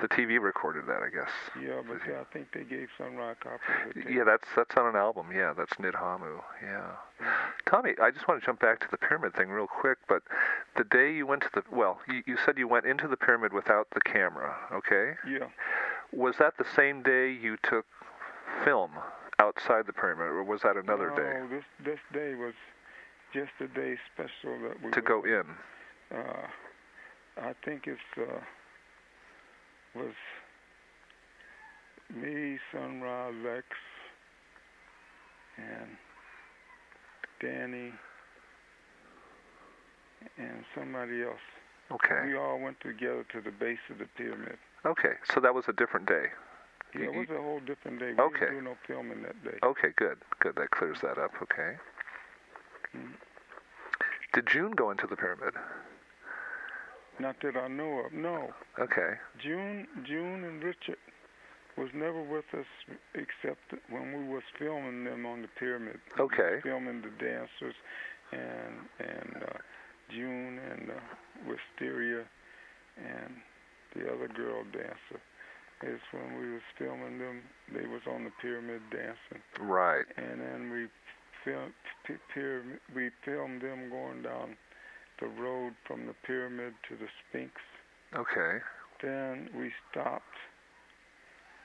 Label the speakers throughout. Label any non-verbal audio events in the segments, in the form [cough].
Speaker 1: the TV recorded that, I guess.
Speaker 2: Yeah, but I think they gave Sunrise Opera.
Speaker 1: Yeah, that's that's on an album. Yeah, that's Nidhamu. Yeah. Tommy, I just want to jump back to the pyramid thing real quick. But the day you went to the well, you, you said you went into the pyramid without the camera. Okay.
Speaker 2: Yeah.
Speaker 1: Was that the same day you took film outside the pyramid, or was that another day
Speaker 2: No, this this day was just a day special that we
Speaker 1: to
Speaker 2: were-
Speaker 1: go in?
Speaker 2: uh, I think it's uh, was me, Sunrise Lex, and Danny, and somebody else.
Speaker 1: Okay.
Speaker 2: We all went together to the base of the pyramid.
Speaker 1: Okay. So that was a different day.
Speaker 2: Yeah, it
Speaker 1: You-
Speaker 2: was a whole different day. We
Speaker 1: Okay.
Speaker 2: didn't do no filming that day.
Speaker 1: Okay, good. Good. That clears that up. Okay.
Speaker 2: Mm.
Speaker 1: Did June go into the pyramid?
Speaker 2: Not that I know of. No,
Speaker 1: Okay.
Speaker 2: June, June, and Richard was never with us except when we was filming them on the pyramid. We was
Speaker 1: Okay.
Speaker 2: filming the dancers, and and uh, June and uh, Wisteria, and the other girl dancer. Is when we was filming them. They was on the pyramid dancing,
Speaker 1: Right.
Speaker 2: and then we filmed p- pyramid. We filmed them going down the road from the pyramid to the Sphinx
Speaker 1: Okay.
Speaker 2: then we stopped,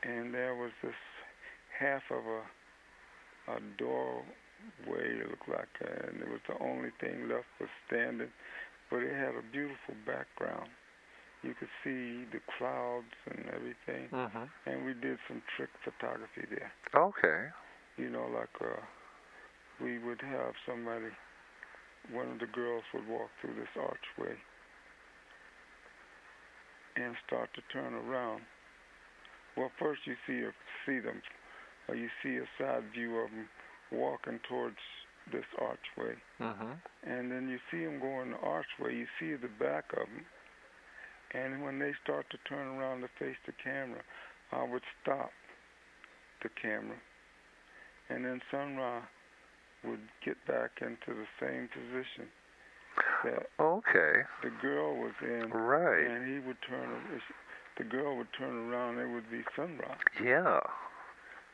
Speaker 2: and there was this half of a a doorway. It looked like, uh, and it was the only thing left was standing, but it had a beautiful background. You could see the clouds and everything,
Speaker 1: Mm-hmm.
Speaker 2: and we did some trick photography there
Speaker 1: Okay.
Speaker 2: you know, like uh, we would have somebody, one of the girls would walk through this archway and start to turn around. Well, first you see a, see them, or you see a side view of them walking towards this archway,
Speaker 1: Mm-hmm.
Speaker 2: and then you see them going the archway. You see the back of them, and when they start to turn around to face the camera, I would stop the camera, and then Sunra would get back into the same position that
Speaker 1: Okay.
Speaker 2: the girl was in,
Speaker 1: Right.
Speaker 2: and he would turn. The girl would turn around. It would be Sunra.
Speaker 1: Yeah.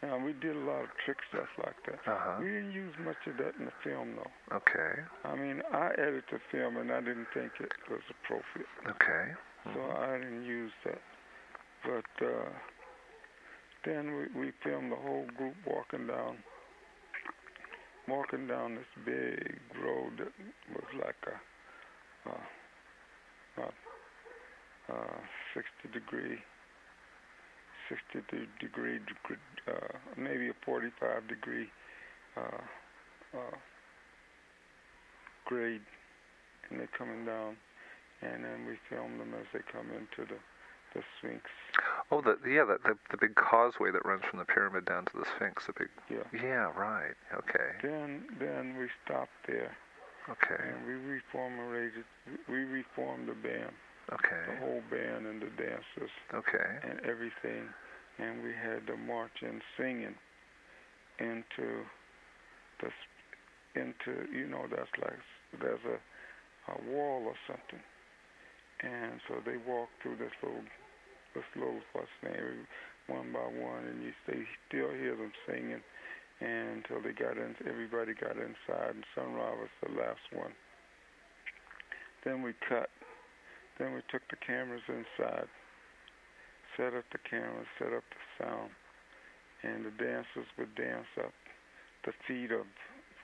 Speaker 2: Now we did a lot of trick stuff like that.
Speaker 1: Uh-huh.
Speaker 2: We didn't use much of that in the film though.
Speaker 1: Okay.
Speaker 2: I mean, I edited the film and I didn't think it was appropriate,
Speaker 1: Okay. Mm-hmm.
Speaker 2: so uh, I didn't use that. But uh, then we, we filmed the whole group walking down, walking down this big road that was like a, uh, about uh, 60 degree, 60 de- degree, degree, uh, maybe a 45 degree uh, uh, grade, and they're coming down, and then we film them as they come into the the Sphinx.
Speaker 1: Oh, the yeah, the, the the big causeway that runs from the pyramid down to the Sphinx. The big.
Speaker 2: Yeah.
Speaker 1: Yeah. Right. Okay.
Speaker 2: Then then we stopped there,
Speaker 1: Okay.
Speaker 2: and we reformulated, we reformed the band, the
Speaker 1: Okay.
Speaker 2: whole band and the dancers
Speaker 1: Okay.
Speaker 2: and everything, and we had the march and singing into the s- into you know that's like s- there's a a wall or something, and so they walk through this little this little what's name one by one, and you they still hear them singing, and until they got in, everybody got inside, and Sunrise was the last one. Then we cut. Then we took the cameras inside set up the camera, set up the sound, and the dancers would dance up the feet of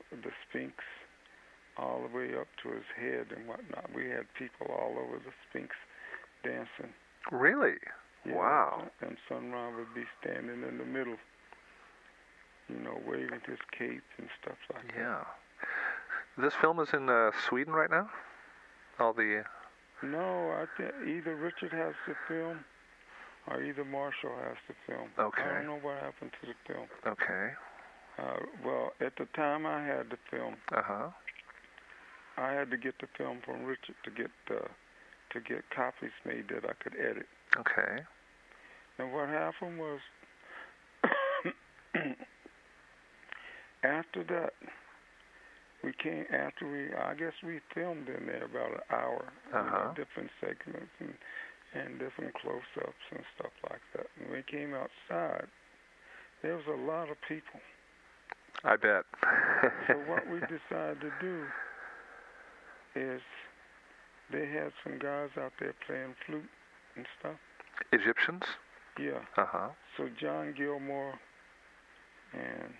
Speaker 2: the Sphinx all the way up to his head and whatnot. We had people all over the Sphinx dancing.
Speaker 1: Really?
Speaker 2: Yeah,
Speaker 1: Wow.
Speaker 2: And Sun Ra would be standing in the middle, you know, waving his cape and stuff like that.
Speaker 1: Yeah. This film is in uh, Sweden right now. All the.
Speaker 2: No, I think either Richard has the film or either Marshall has the film.
Speaker 1: Oh, Okay.
Speaker 2: I don't know what happened to the film.
Speaker 1: Okay.
Speaker 2: Uh, well, at the time I had the film,
Speaker 1: Uh huh.
Speaker 2: I had to get the film from Richard to get uh, to get copies made that I could edit.
Speaker 1: Okay.
Speaker 2: And what happened was, [coughs] after that, we came after we. I guess we filmed in there about an hour, you know,
Speaker 1: Uh-huh.
Speaker 2: different segments and and and different close-ups and stuff like that. And we came outside. There was a lot of people.
Speaker 1: I bet.
Speaker 2: So what
Speaker 1: [laughs]
Speaker 2: we decided to do is they had some guys out there playing flute and stuff.
Speaker 1: Egyptians?
Speaker 2: Yeah.
Speaker 1: Uh huh.
Speaker 2: So John Gilmore and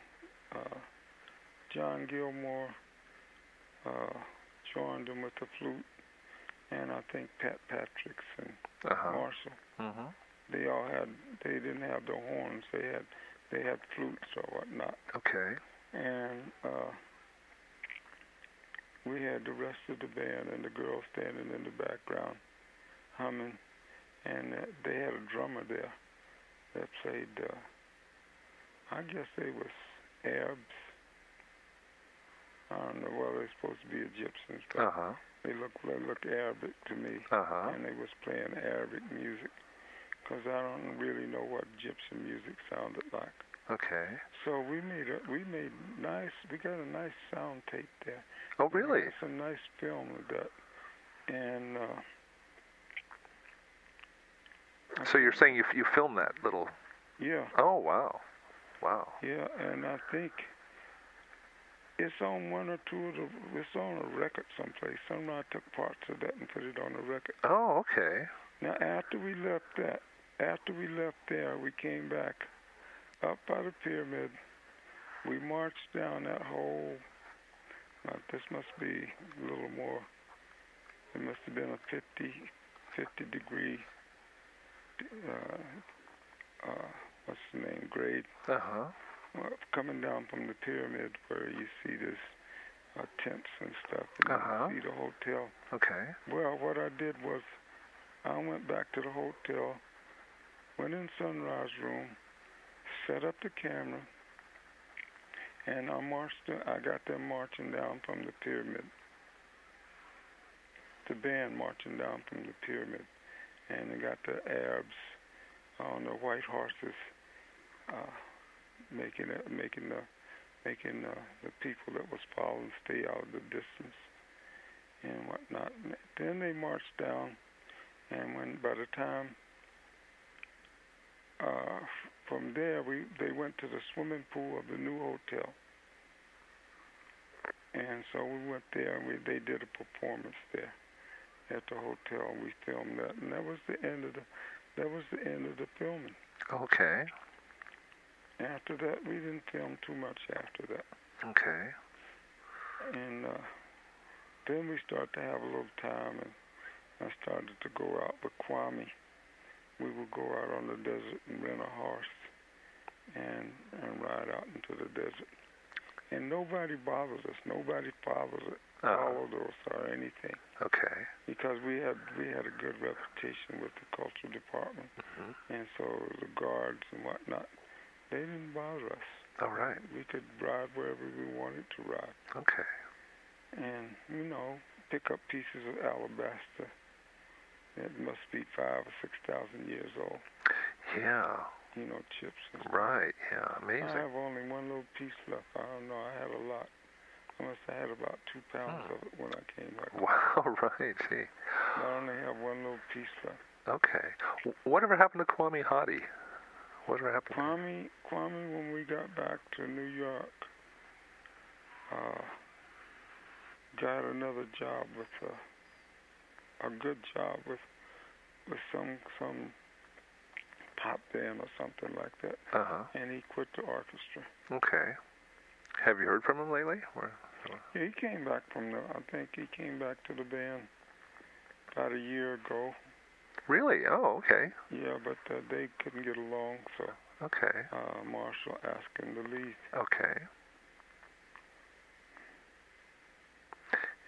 Speaker 2: uh, John Gilmore uh, joined them with the flute, and I think Pat Patrick's and
Speaker 1: Uh huh.
Speaker 2: Marshall.
Speaker 1: Mm-hmm.
Speaker 2: They all had. They didn't have the horns. They had. They had flutes or whatnot.
Speaker 1: Okay.
Speaker 2: And uh, we had the rest of the band and the girls standing in the background humming. And uh, they had a drummer there that played, uh, I guess they was Arabs. I don't know, well, they're supposed to be Egyptians, but
Speaker 1: Uh huh.
Speaker 2: they look they look Arabic to me.
Speaker 1: Uh huh.
Speaker 2: And they was playing Arabic music, because I don't really know what Egyptian music sounded like.
Speaker 1: Okay.
Speaker 2: So we made a we made nice we got a nice sound tape there.
Speaker 1: Oh, really?
Speaker 2: It's a nice film of that. And uh I
Speaker 1: So you're
Speaker 2: think-
Speaker 1: saying you you filmed that little?
Speaker 2: Yeah,
Speaker 1: Oh, wow, wow.
Speaker 2: yeah, and I think it's on one or two of the it's on a record someplace. Somehow I took parts of that and put it on a record.
Speaker 1: Oh, okay.
Speaker 2: Now after we left that after we left there we came back up by the pyramid. We marched down that whole now this must be a little more it must have been a 50, 50 degree uh, uh, what's the name grade
Speaker 1: Uh huh.
Speaker 2: well, coming down from the pyramid where you see this uh, tents and stuff and
Speaker 1: Uh-huh.
Speaker 2: you see the hotel
Speaker 1: Okay.
Speaker 2: well, what I did was I went back to the hotel, went in Sunrise room, set up the camera, and I marched. I got them marching down from the pyramid. The band marching down from the pyramid, and they got the Arabs on the white horses, uh, making it, making the making uh, the people that was following stay out of the distance and whatnot. And Then they marched down, and when by the time uh, f- from there we they went to the swimming pool of the new hotel, and so we went there and we they did a performance there at the hotel, and we filmed that, and that was the end of the that was the end of the filming.
Speaker 1: Okay.
Speaker 2: After that, we didn't film too much after that.
Speaker 1: Okay.
Speaker 2: and uh, then we started to have a little time, and I started to go out with Kwame. We would go out on the desert and rent a horse, and and ride out into the desert. And nobody bothers us. Nobody bothers us,
Speaker 1: Uh,
Speaker 2: followed us or anything,
Speaker 1: okay.
Speaker 2: because we had we had a good reputation with the cultural department,
Speaker 1: Mhm.
Speaker 2: and so the guards and whatnot, they didn't bother us.
Speaker 1: All right.
Speaker 2: We could ride wherever we wanted to ride
Speaker 1: Okay.
Speaker 2: and you know pick up pieces of alabaster that must be five or six thousand years old
Speaker 1: Yeah.
Speaker 2: you know chips and
Speaker 1: Right. Yeah.
Speaker 2: i
Speaker 1: Amazing.
Speaker 2: have only one little piece left i don't know i had a lot i must have had about two pounds
Speaker 1: Hmm.
Speaker 2: of it when i came back
Speaker 1: [laughs] Wow. Right. Gee.
Speaker 2: i only have one little piece left
Speaker 1: Okay. W- Whatever happened to Kwame Hadi? Whatever happened? to-
Speaker 2: kwame kwame when we got back to new york uh got another job with a a good job with with some some pop band or something like that,
Speaker 1: Uh huh.
Speaker 2: and he quit the orchestra.
Speaker 1: Okay. Have you heard from him lately? Or,
Speaker 2: Yeah, he came back from the. I think he came back to the band about a year ago.
Speaker 1: really? Oh, okay.
Speaker 2: Yeah, but uh, they couldn't get along, so
Speaker 1: Okay.
Speaker 2: uh, Marshall asked him to leave.
Speaker 1: Okay.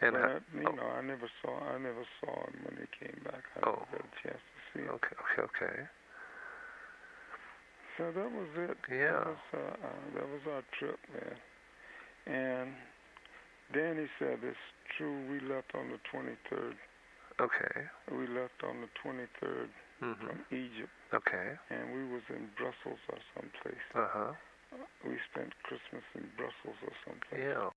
Speaker 1: And
Speaker 2: but
Speaker 1: uh,
Speaker 2: I, you
Speaker 1: oh.
Speaker 2: know, I never saw. I never saw him when he came back. I
Speaker 1: Oh.
Speaker 2: never got a chance to see him.
Speaker 1: okay, okay, okay.
Speaker 2: So that was it.
Speaker 1: Yeah.
Speaker 2: That was, uh, uh, that was our trip, man. And Danny said it's true. We left on the 23rd.
Speaker 1: Okay.
Speaker 2: We left on the 23rd
Speaker 1: Mhm.
Speaker 2: from E- Egypt,
Speaker 1: Okay.
Speaker 2: and we was in Brussels or someplace.
Speaker 1: Uh huh.
Speaker 2: We spent Christmas in Brussels or someplace.
Speaker 1: Yeah.